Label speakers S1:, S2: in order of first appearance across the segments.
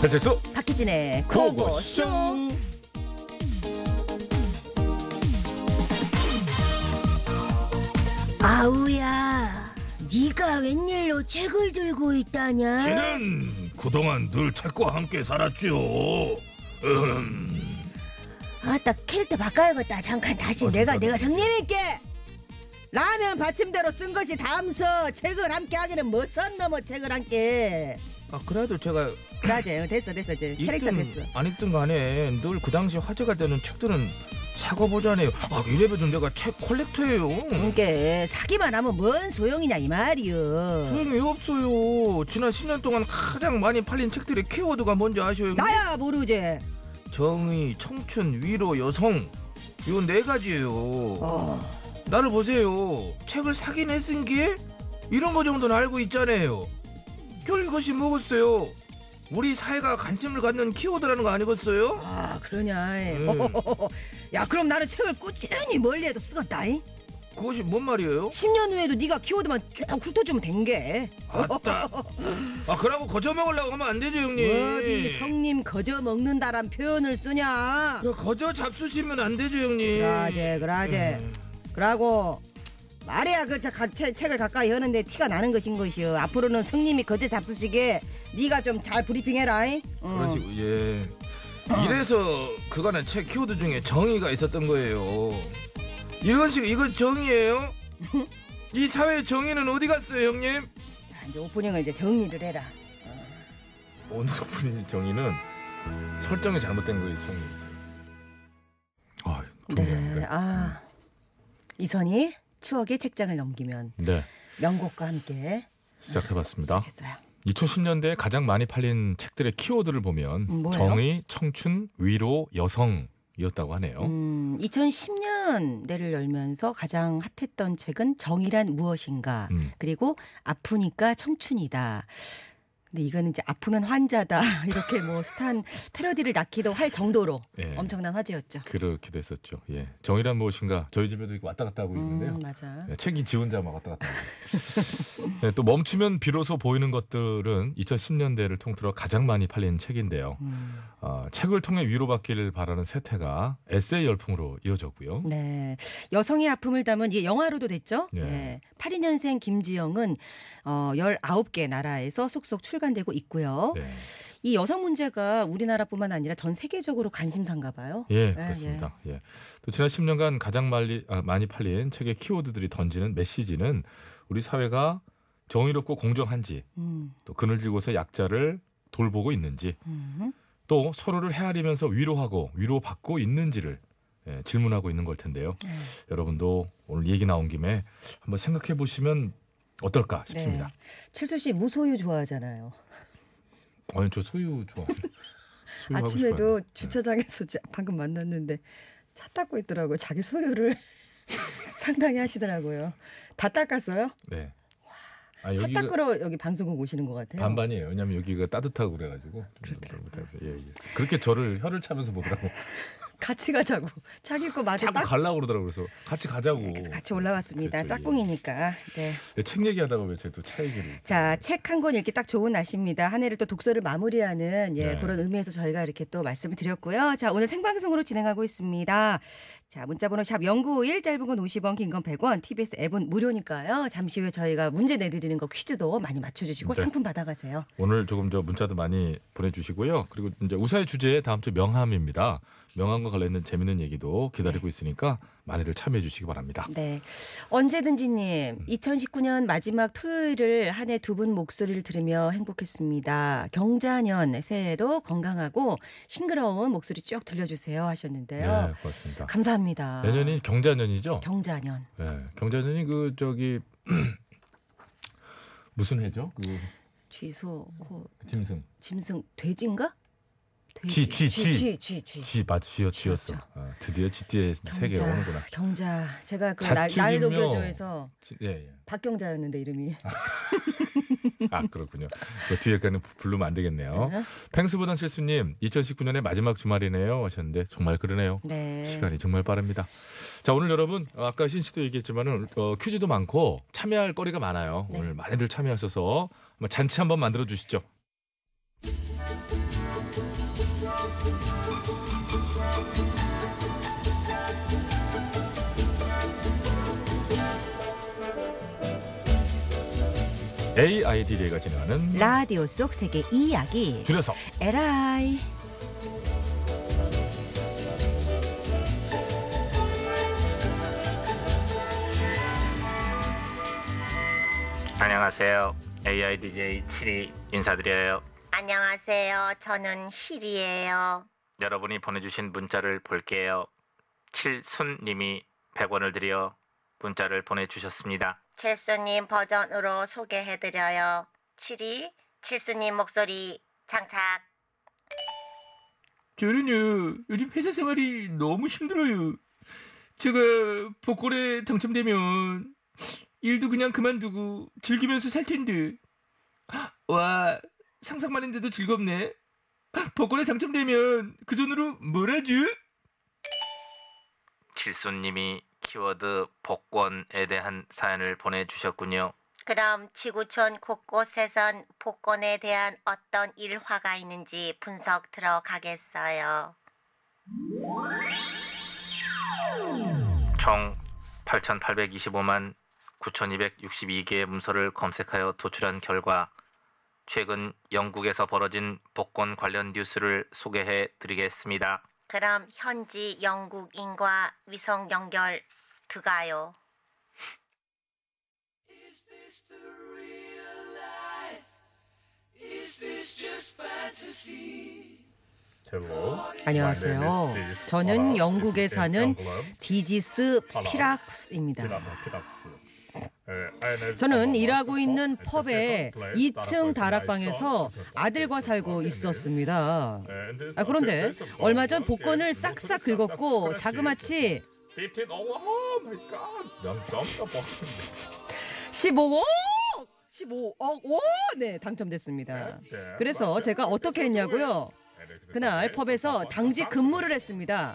S1: 배칠수
S2: 박희진의
S1: 고고쇼.
S2: 고고쇼.
S3: 아우야, 네가 웬일로 책을 들고 있다냐?
S4: 쟤는 그동안 늘 책과 함께 살았지요. 음,
S3: 아따 캐릭터 바꿔야겠다. 잠깐 다시 내가 내가
S2: 형님께 라면 받침대로 쓴 것이 담서 책을 함께 하기는 무선 넘어 책을 함께.
S5: 아 그래도 제가
S2: 맞아요. 됐어 됐어 이제 캐릭터 됐어.
S1: 뭐.
S5: 있든 안 있든 간에 늘 그 당시 화제가 되는 책들은 사고 보잖아요. 아 이래봬도 내가 책 컬렉터예요.
S2: 이게 사기만 하면 뭔 소용이냐 이
S1: 음.
S2: 말이요.
S5: 소용이 없어요. 지난 10년 동안 가장 많이 팔린 책들의 키워드가 뭔지 아셔요?
S2: 나야 모르지.
S5: 정의, 청춘, 위로, 여성 요 네 가지예요.
S2: 어.
S5: 나를 보세요. 책을 사긴 했은 게 이런 거 정도는 알고 있잖아요. 결국 이것이 뭐겠어요? 우리 사회가 관심을 갖는 키워드라는 거 아니겠어요?
S2: 아 그러냐. 이.
S5: 음.
S2: 야 그럼 나는 책을 꾸준히 멀리해도 쓰겠다. 이.
S5: 그것이 뭔 말이에요?
S2: 10년 후에도 네가 키워드만 쭉 훑어주면 된 게.
S5: 아따. 아 그러고 거저 먹으려고 하면 안 되죠 형님.
S1: 예.
S2: 어디 성님 거저 먹는다란 표현을 쓰냐?
S5: 그래, 거저 잡수시면 안 되죠 형님. 음,
S2: 그라제 그라제 그러고 말이야 그 자- 가- 채- 책을 가까이 하는데 티가 나는 것인 것이요 앞으로는 성님이 거제 잡수시게 네가 좀 잘 브리핑해라 잉? 응.
S5: 그러지 예. 이래서 그간의 책 키워드 중에 정의가 있었던 거예요. 이건식 이건 정의예요? 이 사회 의 정의는 어디 갔어요 형님?
S2: 자, 이제 오프닝을 이제 정리를 해라
S1: 오늘 오프닝 정의는 설정이 잘못된 거예요 정의. 아 중요한데.
S2: 네아 이선이 추억의 책장을 넘기면
S1: 네
S2: 명곡과 함께
S1: 시작해봤습니다.
S2: 시작했어요
S1: 2010년대에 가장 많이 팔린 책들의 키워드를 보면
S2: 음, 뭐예요?
S1: 정의, 청춘, 위로, 여성이었다고 하네요.
S2: 음, 2010년대를 열면서 가장 핫했던 책은 정의란 무엇인가
S1: 음.
S2: 그리고 아프니까 청춘이다. 근데 이거는 이제 아프면 환자다 이렇게 뭐 숱한 패러디를 낳기도 할 정도로
S1: 예.
S2: 엄청난 화제였죠.
S1: 그렇게 됐었죠. 예. 정의란 무엇인가? 저희 집에도 이거 왔다 갔다 하고 있는데요.
S2: 음, 맞아.
S1: 예, 책이 지 혼자 막 왔다 갔다 하고. 예, 또 멈추면 비로소 보이는 것들은 2010년대를 통틀어 가장 많이 팔린 책인데요.
S2: 음.
S1: 아, 책을 통해 위로받기를 바라는 세태가 에세이 열풍으로 이어졌고요.
S2: 네. 여성의 아픔을 담은 이게 영화로도 됐죠.
S1: 네.
S2: 네. 82년생 김지영은 어 19개 나라에서 속속 출간되고 있고요.
S1: 네.
S2: 이 여성 문제가 우리나라뿐만 아니라 전 세계적으로 관심사인가 봐요.
S1: 예,
S2: 예,
S1: 그렇습니다. 예. 또 지난 10년간 가장 말리, 아, 많이 팔린 책의 키워드들이 던지는 메시지는 우리 사회가 정의롭고 공정한지,
S2: 음.
S1: 또 그늘지곳의 약자를 돌보고 있는지,
S2: 음.
S1: 또 서로를 헤아리면서 위로하고 위로받고 있는지를 예, 질문하고 있는 걸 텐데요.
S2: 네.
S1: 여러분도 오늘 얘기 나온 김에 한번 생각해 보시면 어떨까 싶습니다.
S2: 네. 칠수 씨 무소유 좋아하잖아요.
S1: 어, 저 소유 좋아. 소유하고 싶어요.
S2: 네.
S1: 네.
S2: 아침에도 주차장에서 자- 방금 만났는데 차 닦고 있더라고요. 자기 소유를 상당히 하시더라고요. 다 닦았어요?
S1: 네. 아,
S2: 차
S1: 여기가-
S2: 닦으러 여기 방송국 오시는 것 같아요.
S1: 반반이에요. 왜냐하면 여기가 따뜻하고 그래가지고
S2: 그렇죠.
S1: 좀 그렇더라고요. 예, 예. 그렇게 저를 혀를 차면서 보더라고.
S2: 아, 같이 가자고. 자기 거 마저
S1: 자꾸
S2: 닦.
S1: 가려고 그러더라고 그래서 같이 가자고.
S2: 그래서 같이 올라왔습니다.
S1: 그렇죠, 예.
S2: 짝꿍이니까. 네.
S1: 예, 책 얘기하다가 왜 제가 또차 얘기를.
S2: 자, 책 한 권 읽기 딱 좋은 날씨입니다. 한 해를 또 독서를 마무리하는 예,
S1: 네.
S2: 그런 의미에서 저희가 이렇게 또 말씀을 드렸고요. 자, 오늘 생방송으로 진행하고 있습니다. 자, 문자번호 샵 0951, 짧은 건 50원, 긴 건 100원, TBS 앱은 무료니까요. 잠시 후에 저희가 문제 내드리는 거 퀴즈도 많이 맞춰주시고
S1: 네.
S2: 상품 받아가세요.
S1: 오늘 조금 저 문자도 많이 보내주시고요. 그리고 이제 우사의 주제 다음 주 명함입니다. 명함과 관련된 재밌는 얘기도 기다리고 있으니까 많이들 참여해 주시기 바랍니다.
S2: 네.
S1: 음.
S2: 언제든지님, 2019년 마지막 토요일을 한 해 두 분 목소리를 들으며 행복했습니다. 경자년 새해에도 건강하고 싱그러운 목소리 쭉 들려주세요
S1: 네,
S2: 하셨는데요.
S1: 고맙습니다.
S2: 감사합니다.
S1: 내년이 경자년이죠.
S2: 경자년.
S1: 네, 경자년이 그 저기 무슨 해죠? 그
S2: 취소, 호,
S1: 짐승.
S2: 짐승, 돼지인가?
S1: 쥐, 쥐, 쥐.
S2: 쥐, 쥐, 쥐.
S1: 쥐 맞아 쥐어 쥐었어.
S2: 쥐었죠.
S1: 아, 드디어 GT의 세계로
S2: 경자,
S1: 오는구나.
S2: 경자. 제가 그 날, 날
S1: 자축이며.
S2: 녹여줘에서
S1: 지- 예, 예.
S2: 박경자였는데 이름이.
S1: 아 그렇군요. 그 뒤에까지는 부- 부르면 안 되겠네요.
S2: 네.
S1: 펭수보단 실수님 2019년의 마지막 주말이네요 하셨는데 정말 그러네요.
S2: 네.
S1: 시간이 정말 빠릅니다. 자 오늘 여러분 어, 아까 신 씨도 얘기했지만은 어, 퀴즈도 많고 참여할 거리가 많아요.
S2: 네.
S1: 오늘 많이들 참여하셔서 한번 잔치 한번 만들어 주시죠. AIDJ가 진행하는
S2: 라디오 속 세계 이야기
S1: 줄여서
S2: 에라이
S6: 안녕하세요. AI DJ 7이 인사드려요.
S3: 안녕하세요. 저는 힐이에요.
S6: 여러분이 보내주신 문자를 볼게요. 칠순님이 100원을 드려 문자를 보내주셨습니다.
S3: 칠수님 버전으로 소개해드려요. 칠이 칠수님 목소리 장착.
S5: 저는요 요즘 회사 생활이 너무 힘들어요. 제가 복권에 당첨되면 일도 그냥 그만두고 즐기면서 살 텐데. 와 상상만 했는데도 즐겁네. 복권에 당첨되면 그 돈으로 뭘 하죠?
S6: 칠순님이 키워드 복권에 대한 사연을 보내주셨군요.
S3: 그럼 지구촌 곳곳에선 복권에 대한 어떤 일화가 있는지 분석 들어가겠어요.
S6: 총 8,825만 9,262개의 문서를 검색하여 도출한 결과 최근 영국에서 벌어진 복권 관련 뉴스를 소개해 드리겠습니다.
S3: 그럼 현지 영국인과 위성 연결 드가요.
S2: 안녕하세요. 저는 영국에 사는 디지스 피락스입니다. 저는 일하고 있는 펍의 2층 다락방에서 아들과 살고 있었습니다. 아, 그런데 얼마 전 복권을 싹싹 긁었고 자그마치 15억! 15억 원에 당첨됐습니다. 네, 그래서 제가 어떻게 했냐고요? 그날 펍에서 당직 근무를 했습니다.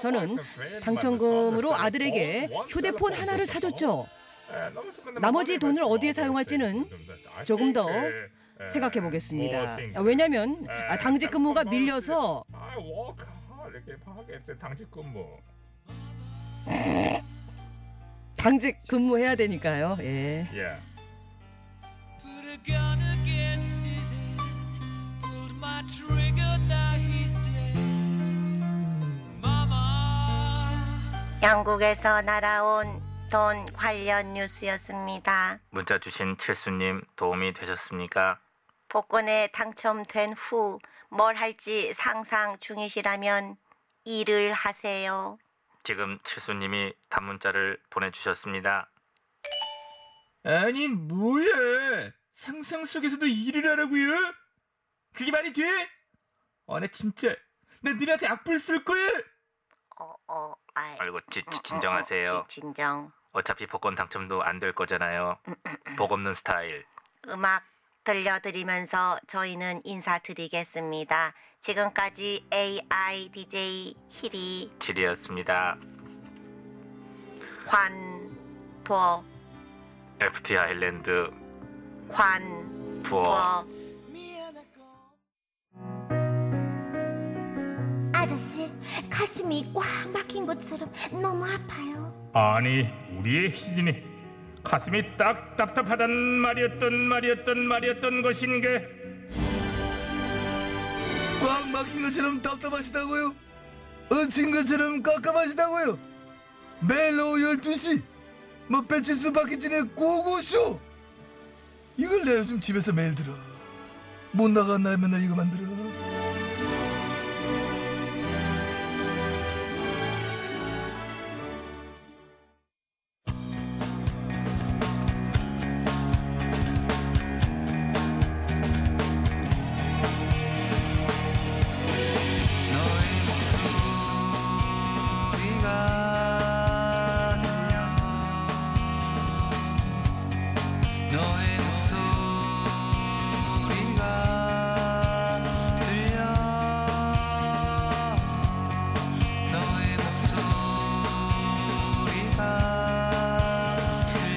S2: 저는 당첨금으로 아들에게 휴대폰 하나를 사줬죠. 나머지 돈을 어디에 사용할지는 조금 더 생각해 보겠습니다. 왜냐면 하 당직 근무가 밀려서 당직 근무해야 되니까요. 예.
S7: Put a gun against his head. Pulled my trigger, now he's dead. Mama.
S3: 영국에서 날아온 돈 관련 뉴스였습니다.
S6: 문자 주신 칠수님 도움이 되셨습니까?
S3: 복권에 당첨된 후 뭘 할지 상상 중이시라면 일을 하세요.
S6: 지금 칠수님이 단문자를 보내주셨습니다.
S5: 아니 뭐야 상상 속에서도 일을 하라고요? 그게 말이 돼? 어, 아나 진짜 나 너희한테 악플 쓸 거야
S3: 어, 어, 아이.
S6: 아이고 지,
S3: 어, 어,
S6: 지-
S3: 어,
S6: 진정하세요.
S3: 지- 진정.
S6: 어차피 복권 당첨도 안 될 거잖아요. 복 없는 스타일.
S3: 음악 들려드리면서 저희는 인사드리겠습니다. 지금까지 AI DJ 히리
S6: 질이었습니다.
S3: 관도
S6: FT 아일랜드
S3: 관도
S6: 투어.
S8: 아저씨 가슴이 꽉 막힌 것처럼 너무 아파요.
S4: 아니 우리의 희진이 가슴이 딱 답답하단 말이었던 말이었던 말이었던 것인게
S5: 꽉 막힌 것처럼 답답하시다고요? 얹힌 것처럼 깝깝하시다고요? 매일 오후 12시 뭐 배치수 박희진의 고고쇼 이걸 내가 요즘 집에서 매일 들어 못 나간 날 맨날 이거 만들어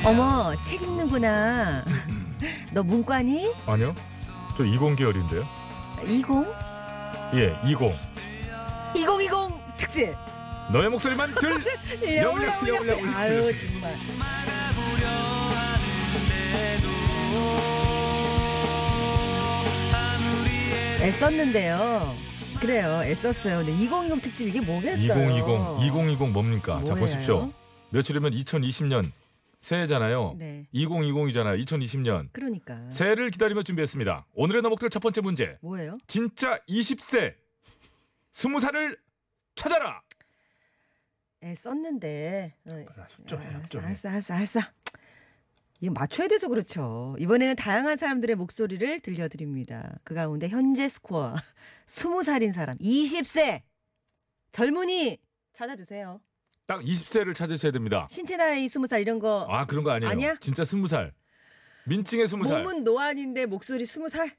S2: 어머, 책 읽는구나. 너 문과니?
S1: 아니요. 저 20개월인데요.
S2: 20?
S1: 예, 20.
S2: 2020 특집.
S1: 너의 목소리만 들
S2: 예,
S1: 여울여,
S2: 올라 올라
S1: 여울여,
S2: 올라. 아유 정말. 애썼는데요. 그래요, 애썼어요. 근데 2020 특집 이게 뭐겠어요?
S1: 2020. 2020 뭡니까? 자,
S2: 뭐예요?
S1: 보십시오. 며칠이면 2020년 새해잖아요.
S2: 네,
S1: 2020이잖아요. 2020년.
S2: 그러니까
S1: 새해를 기다리며 준비했습니다. 오늘의 너목들 첫 번째 문제.
S2: 뭐예요?
S1: 진짜 20세. 20살을 찾아라.
S2: 예, 애썼는데. 어,
S4: 아쉽죠.
S2: 알았어, 알았어, 알았어, 알았어. 이거 맞춰야 돼서 그렇죠. 이번에는 다양한 사람들의 목소리를 들려드립니다. 그 가운데 현재 스코어 20살인 사람, 20세 젊은이 찾아주세요.
S1: 딱 20세를 찾으셔야 됩니다.
S2: 신체 나이 20살 이런 거
S1: 아, 그런 거 아니에요.
S2: 아니야?
S1: 진짜 20살. 민증의 20살.
S2: 몸은 노안인데 목소리 20살.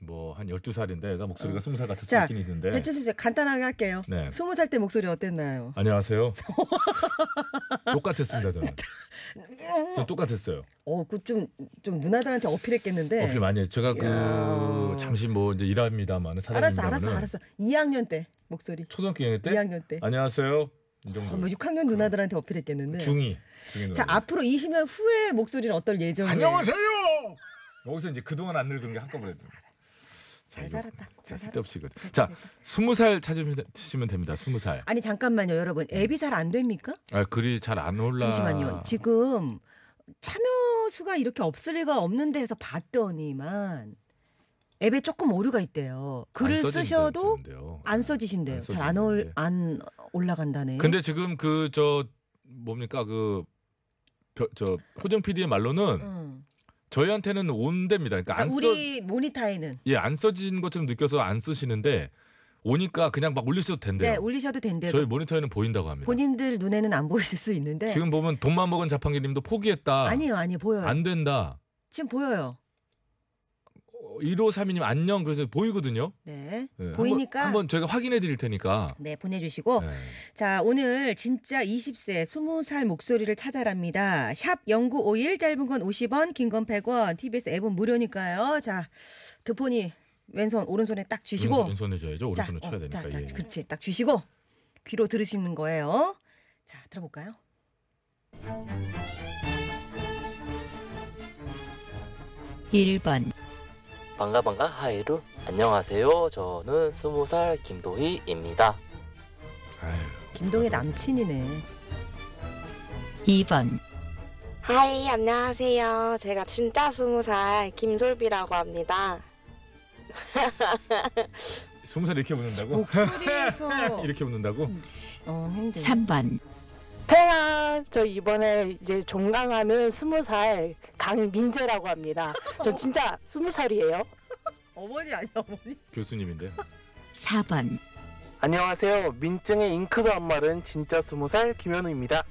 S1: 뭐 한 12살인데 애가 목소리가
S2: 어.
S1: 20살 같을 수
S2: 자,
S1: 있긴 있는데.
S2: 배치수 씨 간단하게 할게요.
S1: 네. 아.
S2: 20살 때 목소리 어땠나요?
S1: 안녕하세요. 똑같았습니다, 저는. 전 똑같았어요.
S2: 어, 그 좀 좀 누나들한테 어필했겠는데.
S1: 어필 많이 해요. 제가 그
S2: 야.
S1: 잠시 뭐 이제 일합니다만
S2: 알았어,
S1: 사장님이라면
S2: 알았어, 알았어. 2학년 때 목소리.
S1: 초등학교 연애 때
S2: 2학년 때.
S1: 안녕하세요. 이
S2: 어,
S1: 정도.
S2: 뭐 6학년 누나들한테 어필했겠는데.
S1: 중이. 중이
S2: 자
S1: 노래.
S2: 앞으로 20년 후에 목소리는 어떨 예정이에요?
S1: 안녕하세요. 여기서 이제 그동안 안 늙은 게 한꺼번에.
S2: 잘 살았다.
S1: 자,
S2: 잘 살았다.
S1: 쓸데없이 그. 자, 스무 살 찾으시면 됩니다. 스무 살.
S2: 아니 잠깐만요, 여러분.
S1: 네.
S2: 앱이 잘 안 됩니까?
S1: 아, 글이 잘 안 올라.
S2: 잠시만요. 지금 참여 수가 이렇게 없을 리가 없는데 해서 봤더니만 앱에 조금 오류가 있대요. 글을
S1: 안 써진다
S2: 쓰셔도
S1: 그러는데요.
S2: 안 써지신대요.
S1: 안
S2: 잘 안 올
S1: 써지는데.
S2: 안 올라간다네요.
S1: 근데 지금 그 저 뭡니까 그저 호정 PD의 말로는
S2: 음.
S1: 저희한테는 온답니다. 그러니까 안
S2: 그러니까
S1: 써.
S2: 우리 모니터에는
S1: 예, 안 써진 것처럼 느껴서 안 쓰시는데 오니까 그냥 막 올리셔도 된대요.
S2: 네, 올리셔도 된대요.
S1: 저희 모니터에는 보인다고 합니다.
S2: 본인들 눈에는 안 보이실 수 있는데
S1: 지금 보면 돈만 먹은 자판기님도 포기했다.
S2: 아니에요, 아니에요. 보여요.
S1: 안 된다.
S2: 지금 보여요.
S1: 1532님 안녕 그래서 보이거든요.
S2: 네.
S1: 예,
S2: 보이니까
S1: 한번, 한번 저희가 확인해 드릴 테니까.
S2: 네, 보내주시고.
S1: 예.
S2: 자, 오늘 진짜 20세, 20살 목소리를 찾아랍니다. 샵 0951, 짧은 건 50원, 긴 건 100원, TBS 앱은 무료니까요. 자, 그 드폰이 왼손, 오른손에 딱 주시고.
S1: 왼손, 왼손에 줘야죠.
S2: 자,
S1: 오른손을
S2: 어,
S1: 쳐야 되니까.
S2: 자, 자,
S1: 예.
S2: 그렇지. 딱 주시고. 귀로 들으시는 거예요. 자, 들어볼까요?
S9: 반가 반가 하이루 안녕하세요 저는 스무 살 김도희입니다
S2: 그-
S1: 아유,
S2: 김동의 남친이네.
S10: 2번,
S11: 하이, 안녕하세요. 제가 진짜 스무 살 김솔비라고 합니다.
S1: 20살 이렇게
S2: 뭐,
S1: 웃는다고?
S2: 목소리에서
S1: 이렇게 웃는다고?
S2: 어, 힘들어.
S10: 3번,
S11: 페라, 저 이번에 이제 종강하는 스무 살 강민재라고 합니다. 저 진짜 스무 살이에요.
S2: 어머니 아니야, 어머니.
S1: 교수님인데.
S2: 아,
S10: 4번,
S9: 안녕하세요 민증의 잉크도 안 마른 진짜 스무 살 김현우입니다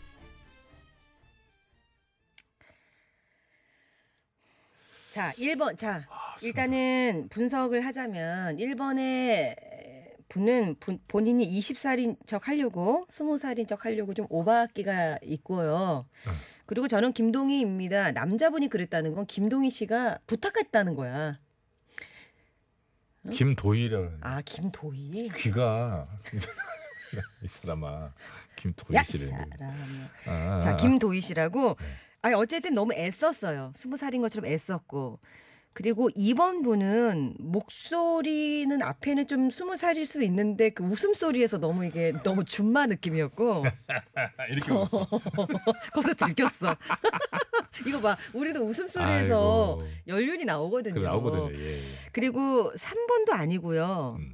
S2: 자, 1번. 자,
S1: 아,
S2: 일단은 분석을 하자면 1번에 분은 분- 본인이 20살인 척 하려고 20살인 척 하려고 좀 오바기가 있고요. 그리고 저는 김동희입니다. 남자분이 그랬다는 건 김동희 씨가 부탁했다는 거야.
S1: 김도희라는
S2: 아, 김도희.
S1: 귀가 이 사람아. 김도희
S2: 야,
S1: 씨래.
S2: 사람.
S1: 아,
S2: 자, 김도희 씨라고.
S1: 네.
S2: 아니, 어쨌든 너무 애썼어요. 스무 살인 것처럼 애썼고. 그리고 2번 분은 목소리는 앞에는 좀 스무 살일 수 있는데 그 웃음소리에서 너무 이게 너무 준마 느낌이었고.
S1: 아, 이렇게 웃었어.
S2: 거기서 들켰어. 이거 봐. 우리도 웃음소리에서
S1: 아이고.
S2: 연륜이 나오거든요.
S1: 그래 나오거든요. 예. 예.
S2: 리고 3번도 아니고요.
S1: 음.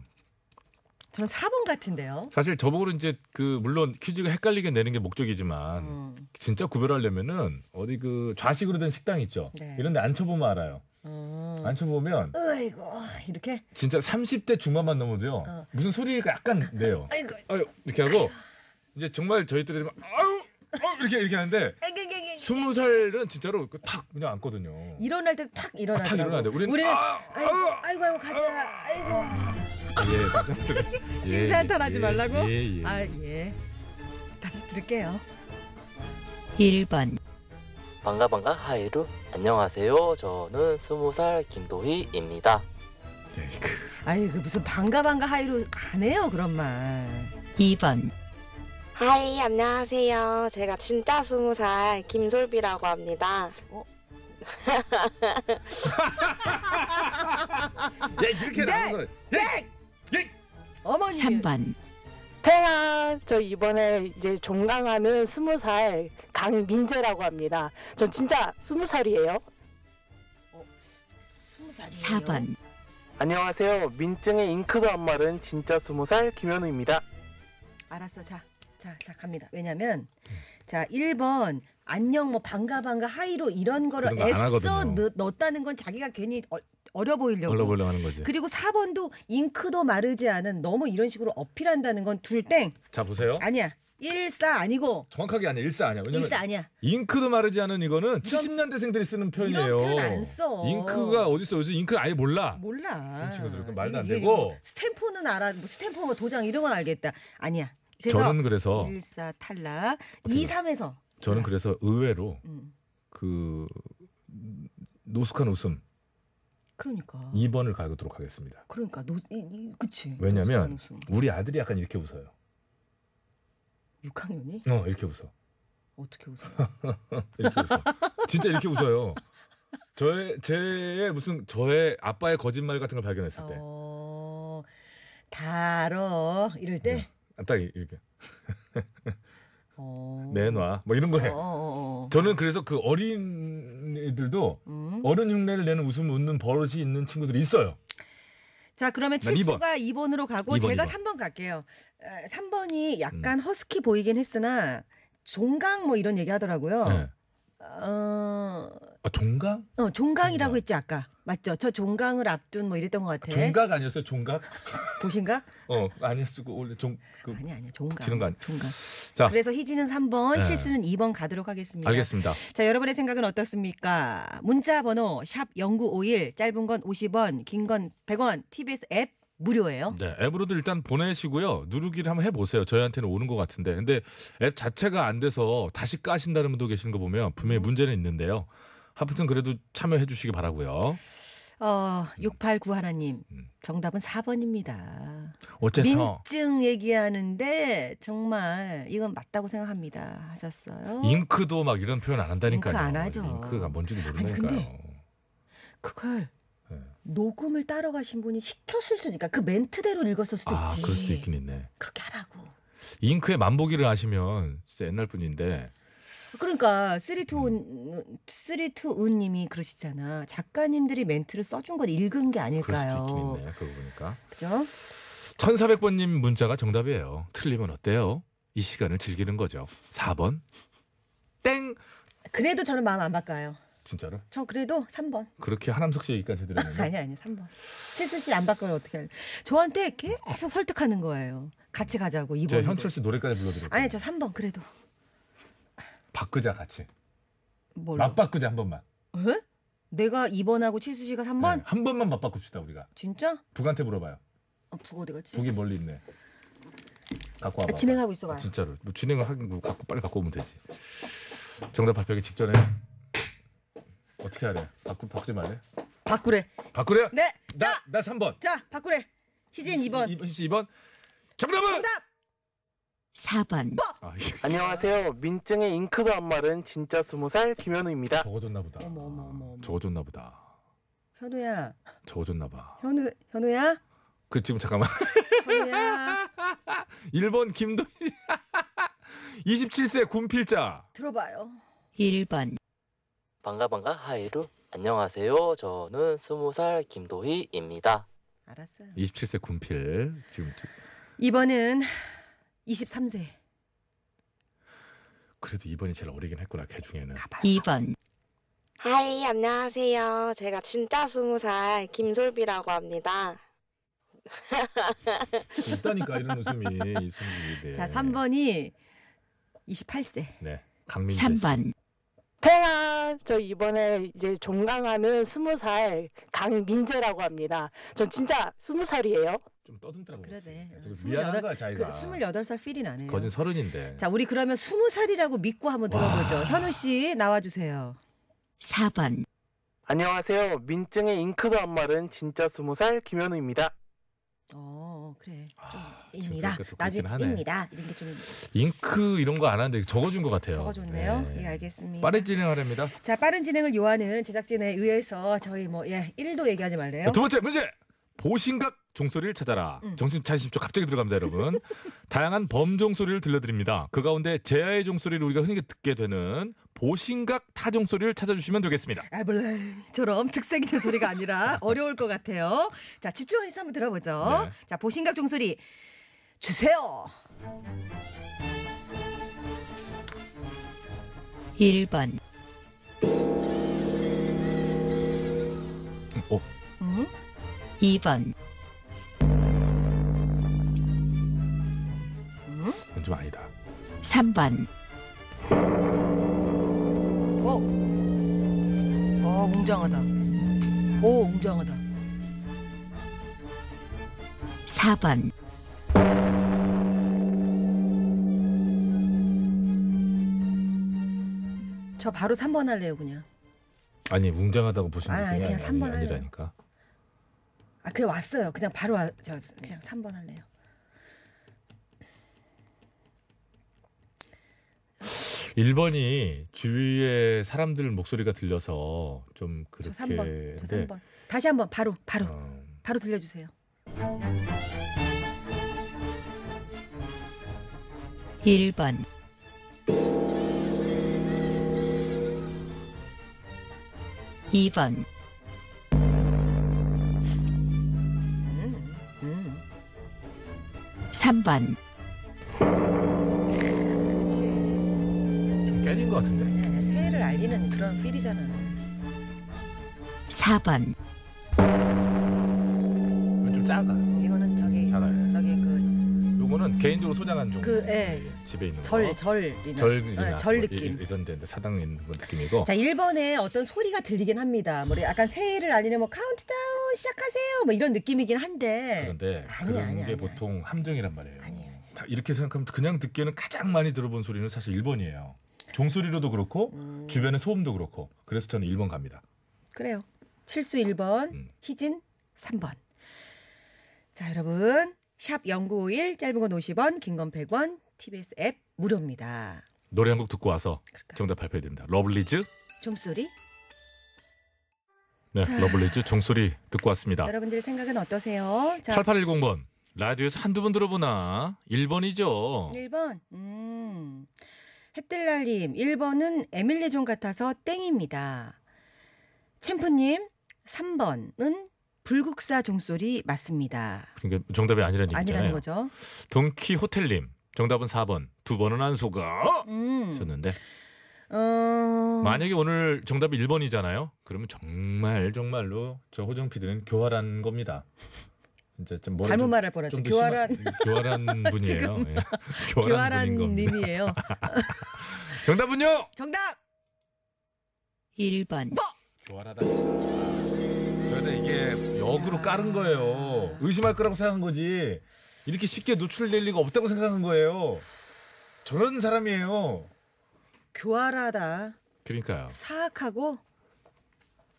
S2: 저는 4번 같은데요.
S1: 사실 저보고 이제 그 물론 퀴즈가 헷갈리게 내는 게 목적이지만
S2: 음.
S1: 진짜 구별하려면은 어디 그 좌식으로 된 식당 있죠.
S2: 네.
S1: 이런데 앉혀보면 알아요.
S2: 음.
S1: 앉혀보면
S2: 으이고 이렇게
S1: 진짜 30대 중반만 넘어도요.
S2: 어.
S1: 무슨 소리가 약간 내요.
S2: 아이고
S1: 아유 이렇게 하고 이제 정말 저희들이 막 아유 아유 이렇게 이렇게 하는데 스무 살은 진짜로 그탁 그냥 앉거든요.
S2: 일어날 때 탁 일어나.
S1: 탁 일어나야 돼. 우리는 아,
S2: 아이고, 아이고, 아이고, 가자. 아이고.
S1: 예, 가정들. 어! 예,
S2: 신세 한탄하지
S1: 예, 예,
S2: 말라고?
S1: 예.
S2: 아, 예. 다시 들을게요.
S10: 1번,
S9: 반가 반가 하이루 안녕하세요 저는 스무 살 김도희입니다
S1: 네, 그,
S2: 아이고 무슨 반가 반가 하이로 안 해요 그런 말.
S10: 2번,
S12: 하이, 안녕하세요. 제가 진짜 스무 살 김솔비라고 합니다.
S1: 예,
S5: 야 이렇게 나온 거.
S2: 네. 어머니.
S10: 3번,
S11: 태아, 저 이번에 이제 종강하는 스무 살 강민재라고 합니다. 전 진짜 스무 살이에요.
S10: 4번,
S9: 안녕하세요. 민증에 잉크도 안 마른 진짜 스무 살 김현우입니다.
S2: 알았어. 자, 자, 자 갑니다. 왜냐면 자, 1번 안녕 뭐 반가 반가 하이로 이런 거를
S1: 그런 거안
S2: 애써
S1: 하거든요.
S2: 넣, 넣었다는 건 자기가 괜히 어, 어려 보이려고.
S1: 얼렁얼렁 하는 거지.
S2: 그리고 4번도 잉크도 마르지 않은 너무 이런 식으로 어필한다는 건 둘 땡.
S1: 자 보세요.
S2: 아니야. 1, 4 아니고
S1: 정확하게 아니야. 일사 아니야. 왜냐면
S2: 1, 4 아니야.
S1: 잉크도 마르지 않은 이거는 70년대생들이 쓰는 표현이에요.
S2: 이런 표현 안 써.
S1: 잉크가 어딨어? 요즘 잉크 아예 몰라.
S2: 몰라.
S1: 지금 친구들은 그건 말도 안
S2: 이게
S1: 되고.
S2: 뭐 스탬프는 알아. 뭐 스탬프 뭐 도장 이런 건 알겠다. 아니야. 그래서
S1: 저는 뭐 그래서-
S2: 1, 4 탈락. 2, 3에서
S1: 저는 그래서 의외로
S2: 음.
S1: 그 노숙한 웃음
S2: 그러니까.
S1: 2번을 가도록 하겠습니다.
S2: 그러니까 노 이, 이, 그치.
S1: 왜냐면 우리 아들이 약간 이렇게 웃어요.
S2: 6학년이
S1: 어 이렇게 웃어.
S2: 어떻게 웃어?
S1: 이렇게 웃어. 진짜 이렇게 웃어요. 저의 제 무슨 저의 아빠의 거짓말 같은 걸 발견했을 때
S2: 어, 다뤄 이럴
S1: 네.
S2: 때.
S1: 딱 이렇게
S2: 어.
S1: 내놔 뭐 이런 거 해.
S2: 어, 어, 음. 어.
S1: 저는 그래서 그 어린이들도 어른 흉내를 내는 웃음 웃는 버릇이 있는 친구들이 있어요.
S2: 자 그러면
S1: 난
S2: 칠수가 2번. 으로 가고
S1: 이번, 음.
S2: 제가
S1: 이번.
S2: 삼 3번 갈게요. 3번이 약간 허스키 보이긴 했으나 종강 뭐 이런 얘기 하더라고요.
S1: 네.
S2: 어,
S1: 아 종강?
S2: 어, 종강이라고 했지 아까 맞죠? 저 종강을 앞둔 뭐 이랬던 것 같아.
S1: 종각 아니었어요? 종각?
S2: 보신가?
S1: 어 아니었고 원래 종 그,
S2: 아니 아니 종각.
S1: 치는 거 아니.
S2: 종각.
S1: 자
S2: 그래서 희진은 3번,
S1: 네.
S2: 칠수는 2번 가도록 하겠습니다.
S1: 알겠습니다.
S2: 자, 여러분의 생각은 어떻습니까? 문자 번호 샵 0951, 짧은 건 50원, 긴 건 100원, TBS 앱 무료예요.
S1: 네, 앱으로도 일단 보내시고요. 누르기를 한번 해보세요. 저희한테는 오는 것 같은데. 근데 앱 자체가 안 돼서 다시 까신다는 분도 계시는 거 보면 분명히
S2: 음.
S1: 문제는 있는데요. 하여튼 그래도 참여해 주시기 바라고요.
S2: 어, 689 하나님. 정답은 4번입니다.
S1: 어째서
S2: 민증 얘기하는데 정말 이건 맞다고 생각합니다. 하셨어요.
S1: 잉크도 막 이런 표현 안 한다니까요.
S2: 잉크 안 하죠.
S1: 잉크가 뭔지도
S2: 아니,
S1: 모르니까요.
S2: 근데 그걸
S1: 예.
S2: 녹음을 따러 가신 분이 시켰을 수도 있니까 그 멘트대로 읽었을 수도
S1: 아,
S2: 있지.
S1: 그럴 수도 있긴 있네.
S2: 그렇게 하라고.
S1: 잉크의 만보기를 아시면 진짜 옛날 분인데
S2: 그러니까 쓰리투운 쓰리투운님이 그러시잖아. 작가님들이 멘트를 써준 걸 읽은 게
S1: 그럴 수도
S2: 아닐까요?
S1: 있긴 있네. 그러고 보니까.
S2: 그죠?
S1: 1400번님 문자가 정답이에요. 틀리면 어때요? 이 시간을 즐기는 거죠. 4번. 땡.
S2: 그래도 저는 마음 안 바꿔요.
S1: 진짜로?
S2: 저 그래도 3번.
S1: 그렇게 한암석 씨 얘기까지 들었는데.
S2: 아니 아니 3번. 실수 씨 안 바꿔요 어떻게 할래? 저한테 계속 설득하는 거예요. 같이 가자고
S1: 제가
S2: 2번.
S1: 현철 씨 노래까지 불러드릴게요.
S2: 아니 저 3번 그래도.
S1: 바꾸자 같이.
S2: 뭘로?
S1: 맞바꾸자 한 번만. 네,
S2: 에? 내가 2번하고 칠수 씨가 3번?
S1: 한 번만 맞바꿉시다 우리가.
S2: 진짜?
S1: 북한테 물어봐요.
S2: 어, 북 어디 갔지?
S1: 북이 멀리 있네. 갖고 와봐.
S2: 아, 진행하고 있어봐요.
S1: 진짜로. 뭐 진행을 하긴 뭐 갖고 빨리 갖고 오면 되지. 정답 발표하기 직전에 어떻게 하래? 바꾸 바꾸지 말래?
S2: 바꾸래.
S1: 바꾸래요?
S2: 네.
S1: 나 나 3번.
S2: 자 바꾸래. 희진 2번.
S1: 2번, 번 정답은 아,
S2: 정답.
S10: 4번,
S9: 안녕하세요. 민증에 잉크도 안 마른 진짜 스무 살 김현우입니다.
S1: 적어줬나 보다. 적어줬나 보다.
S2: 현우야.
S1: 적어줬나 봐.
S2: 현우 현우야.
S1: 그 지금 잠깐만.
S2: 현우야.
S1: 1번 김도희 27세 군필자.
S2: 들어봐요.
S10: 1번,
S13: 반가 반가 하이루 안녕하세요 저는 스무 살 김도희입니다.
S2: 알았어요.
S1: 27세 군필 지금
S2: 이번은 23세.
S1: 그래도 2번이 제일 어리긴 했구나 걔 중에는.
S10: 2번,
S12: 하이, 안녕하세요. 제가 진짜 스무 살 김솔비라고 합니다.
S1: 있다니까 이런 웃음이 이 친구들이. 네.
S2: 자 3번이 28세.
S1: 네. 강민재 씨.
S10: 3번,
S11: 태아, 저 이번에 이제 종강하는 스무 살 강민재라고 합니다. 전 진짜 스무 살이에요.
S1: 좀 떠듬더라고.
S2: 그러네.
S1: 지금 미안한 거야 자기가.
S2: 그 28살 필이 나네요.
S1: 거진 서른인데.
S2: 자 우리 그러면 20살이라고 믿고 한번 들어보죠. 현우 씨 나와주세요.
S10: 4번,
S9: 안녕하세요. 민증에 잉크도 안 마른 진짜 스무 살 김현우입니다.
S2: 어, 그래.
S1: 지금
S2: 입니다.
S1: 아, 그러니까 또
S2: 나중에
S1: 그렇긴 하네.
S2: 입니다. 이런 게 좀
S1: 잉크 이런 거 안 하는데 적어준 것 같아요.
S2: 적어줬네요.
S1: 네.
S2: 예, 알겠습니다.
S1: 빠른 진행하랍니다.
S2: 자, 빠른 진행을 요하는 제작진에 의해서 저희 뭐 예, 1도 얘기하지 말래요.
S1: 자, 두 번째 문제. 보신각 종소리를 찾아라.
S2: 음.
S1: 정신 차리십시오. 갑자기 들어갑니다, 여러분. 다양한 범종 소리를 들려드립니다. 그 가운데 제아의 종소리를 우리가 흔히 듣게 되는 보신각 타종 소리를 찾아주시면 되겠습니다.
S2: 아, 몰라. 저럼 특색이 된 소리가 아니라 어려울 것 같아요. 자, 집중해서 한번 들어보죠.
S1: 네.
S2: 자, 보신각 종소리 주세요.
S10: 1번
S1: 어?
S10: 2번
S1: 이건 좀 아니다.
S10: 3번
S2: 어. 어, 웅장하다. 오, 웅장하다.
S10: 4번
S2: 저 바로 3번 할래요, 그냥.
S1: 아니 웅장하다고 보시는
S2: 아니,
S1: 분이
S2: 아니,
S1: 아니,
S2: 그냥 삼번 할래요.
S1: 아니라니까.
S2: 아, 그냥 왔어요. 그냥 바로 와, 저 그냥 3번 할래요.
S1: 일번이 주위에 사람들 목소리가 들려서 좀
S2: 저
S1: 그렇게 어,
S2: 3번. 저
S1: 네.
S2: 3번. 다시 한번 바로 바로 바로 들려 주세요.
S10: 1번 2번
S2: 음. 음.
S10: 3번
S2: 그렇지.
S1: 좀 깨진 것 같은데.
S2: 네, 새해를 알리는 그런 필이잖아.
S10: 4번
S1: 이건 좀 작아.
S2: 이거는 저기
S1: 작아요.
S2: 저기
S1: 요거는 개인적으로 소장한 종류.
S2: 그 그 예
S1: 집에 있는
S2: 절,
S1: 거.
S2: 절이나.
S1: 어? 절이나
S2: 네, 절
S1: 뭐
S2: 느낌.
S1: 이- 이런 데인데 사당에 있는 건 느낌이고.
S2: 자, 1번에 어떤 소리가 들리긴 합니다. 뭐 약간 새해를 알리는 뭐 카운트다운 시작하세요. 뭐 이런 느낌이긴 한데.
S1: 그런데
S2: 예. 아니야,
S1: 그런
S2: 아니야,
S1: 게
S2: 아니야.
S1: 보통 함정이란 말이에요. 다 이렇게 생각하면 그냥 듣기에는 가장 많이 들어본 소리는 사실 1번이에요. 종소리로도 그렇고 주변의 소음도 그렇고. 그래서 저는 1번 갑니다.
S2: 그래요. 칠수 1번,
S1: 음.
S2: 희진 3번. 자, 여러분. 샵 0951, 짧은 건 50원, 긴 건 100원, TBS 앱 무료입니다.
S1: 노래 한 곡 듣고 와서 정답 발표해 드립니다. 러블리즈.
S2: 종소리?
S1: 네,
S2: 자.
S1: 러블리즈 종소리 듣고 왔습니다.
S2: 여러분들의 생각은 어떠세요? 자,
S1: 8810번. 라디오에서 한두 번 들어보나? 1번이죠.
S2: 1번. 음. 햇들날님 1번은 에밀리존 같아서 땡입니다. 챔프님 3번은 불국사 종소리 맞습니다.
S1: 그러니까 정답이 아니라는 얘기잖아요.
S2: 아니라는 거죠.
S1: 동키 호텔님. 정답은 4번. 두 번은 안 속아.
S2: 음.
S1: 셨는데
S2: 어...
S1: 만약에 오늘 정답이 1번이잖아요. 그러면 정말 정말로 저 호정 PD는 교활한 겁니다. 진짜 좀 뭐라
S2: 잘못
S1: 좀-
S2: 말할 뻔했죠.
S1: 좀더
S2: 교활한-
S1: 심한- 교활한 분이에요.
S2: 지금
S1: 예.
S2: 교활한
S1: 분인 겁니다.
S2: 님이에요.
S1: 정답은요?
S2: 정답.
S10: 1번
S1: 교활하다. 저희가 이게 역으로 깔은 거예요. 의심할 거라고 생각한 거지. 이렇게 쉽게 노출될 리가 없다고 생각한 거예요. 저런 사람이에요.
S2: 교활하다.
S1: 그러니까요.
S2: 사악하고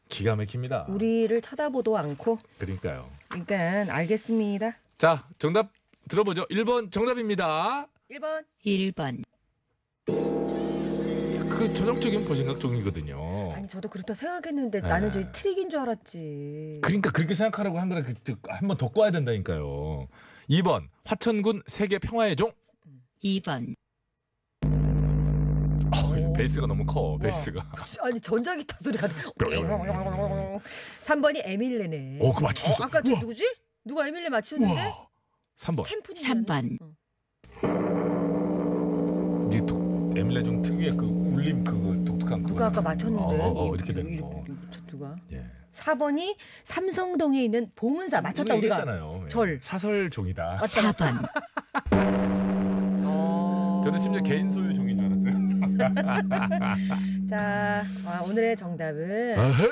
S1: 기가 막힙니다.
S2: 우리를 쳐다보도 않고.
S1: 그러니까요.
S2: 그러니까 알겠습니다.
S1: 자, 정답 들어보죠. 1번 정답입니다.
S2: 1번.
S10: 1번
S1: 그 전형적인 보신각 종이거든요.
S2: 아니 저도 그렇다 생각했는데
S1: 네.
S2: 나는 저기 트릭인 줄 알았지.
S1: 그러니까 그렇게 생각하라고 한 거라 한번 더 꼬아야 된다니까요. 2번 화천군 세계 평화의 종.
S10: 2번
S1: 어, 베이스가 너무 커. 베이스가.
S2: 아니 전자기타 소리가 나. 3번이 에밀레네.
S1: 어, 그거 맞추셨어.
S2: 아까 저 누구지? 누가 에밀레 맞추는데?
S1: 3번.
S2: 챔프님.
S10: 3번
S1: 이게 독, 에밀레 종 특유의 그 울림 그거 독특한 그거.
S2: 누가 아까 맞췄는데?
S1: 어, 어, 어, 이렇게 되는 거.
S2: 누가?
S1: 예.
S2: 4번이 삼성동에 있는 봉은사 맞췄다 우리가.
S1: 얘기했잖아요. 예.
S2: 절.
S1: 사설 종이다.
S2: 맞다, 맞다.
S10: 4번
S1: 저는 심지어 개인 소유 종인 줄 알았어요.
S2: 자, 아, 오늘의
S1: 아,
S2: 정답은
S1: 아흠.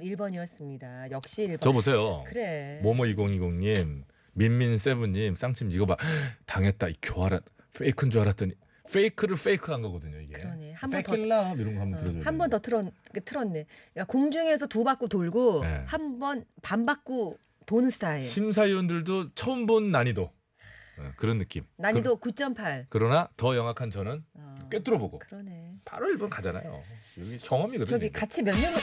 S2: 1번이었습니다. 역시 1번.
S1: 저뭐 보세요.
S2: 그래.
S1: 모모 2020님, 민민 세븐님, 쌍침 이거 봐 당했다 이 교활한 페이크인 줄 알았더니 페이크를 페이크한 거거든요 이게.
S2: 그러네. 한번 더.
S1: Fake love 이런 거 한번 들어줘요.
S2: 한 번 더 틀었, 틀었네. 그러니까 공중에서 두 바퀴 돌고
S1: 네.
S2: 한 번 반 바꾸 돈 스타일.
S1: 심사위원들도 처음 본 난이도 어, 그런 느낌.
S2: 난이도 9.8.
S1: 그, 러나더 영악한 저는 꿰뚫어 보고
S2: 그러네.
S1: 바로 1번 가잖아요. 여기 경험이거든요.
S2: 저기
S1: 이게.
S2: 같이 몇 명을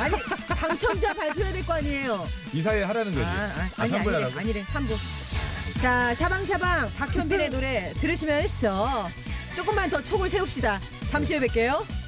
S2: 아니 당첨자 발표해야 될 거 아니에요.
S1: 이사회 하라는 거지.
S2: 아, 아,
S1: 아,
S2: 아니
S1: 삼부에
S2: 아니래
S1: 하라고?
S2: 아니래 3부. 자 샤방샤방 박현빈의 노래 들으시면서 조금만 더 촉을 세웁시다. 잠시 후에 뵐게요.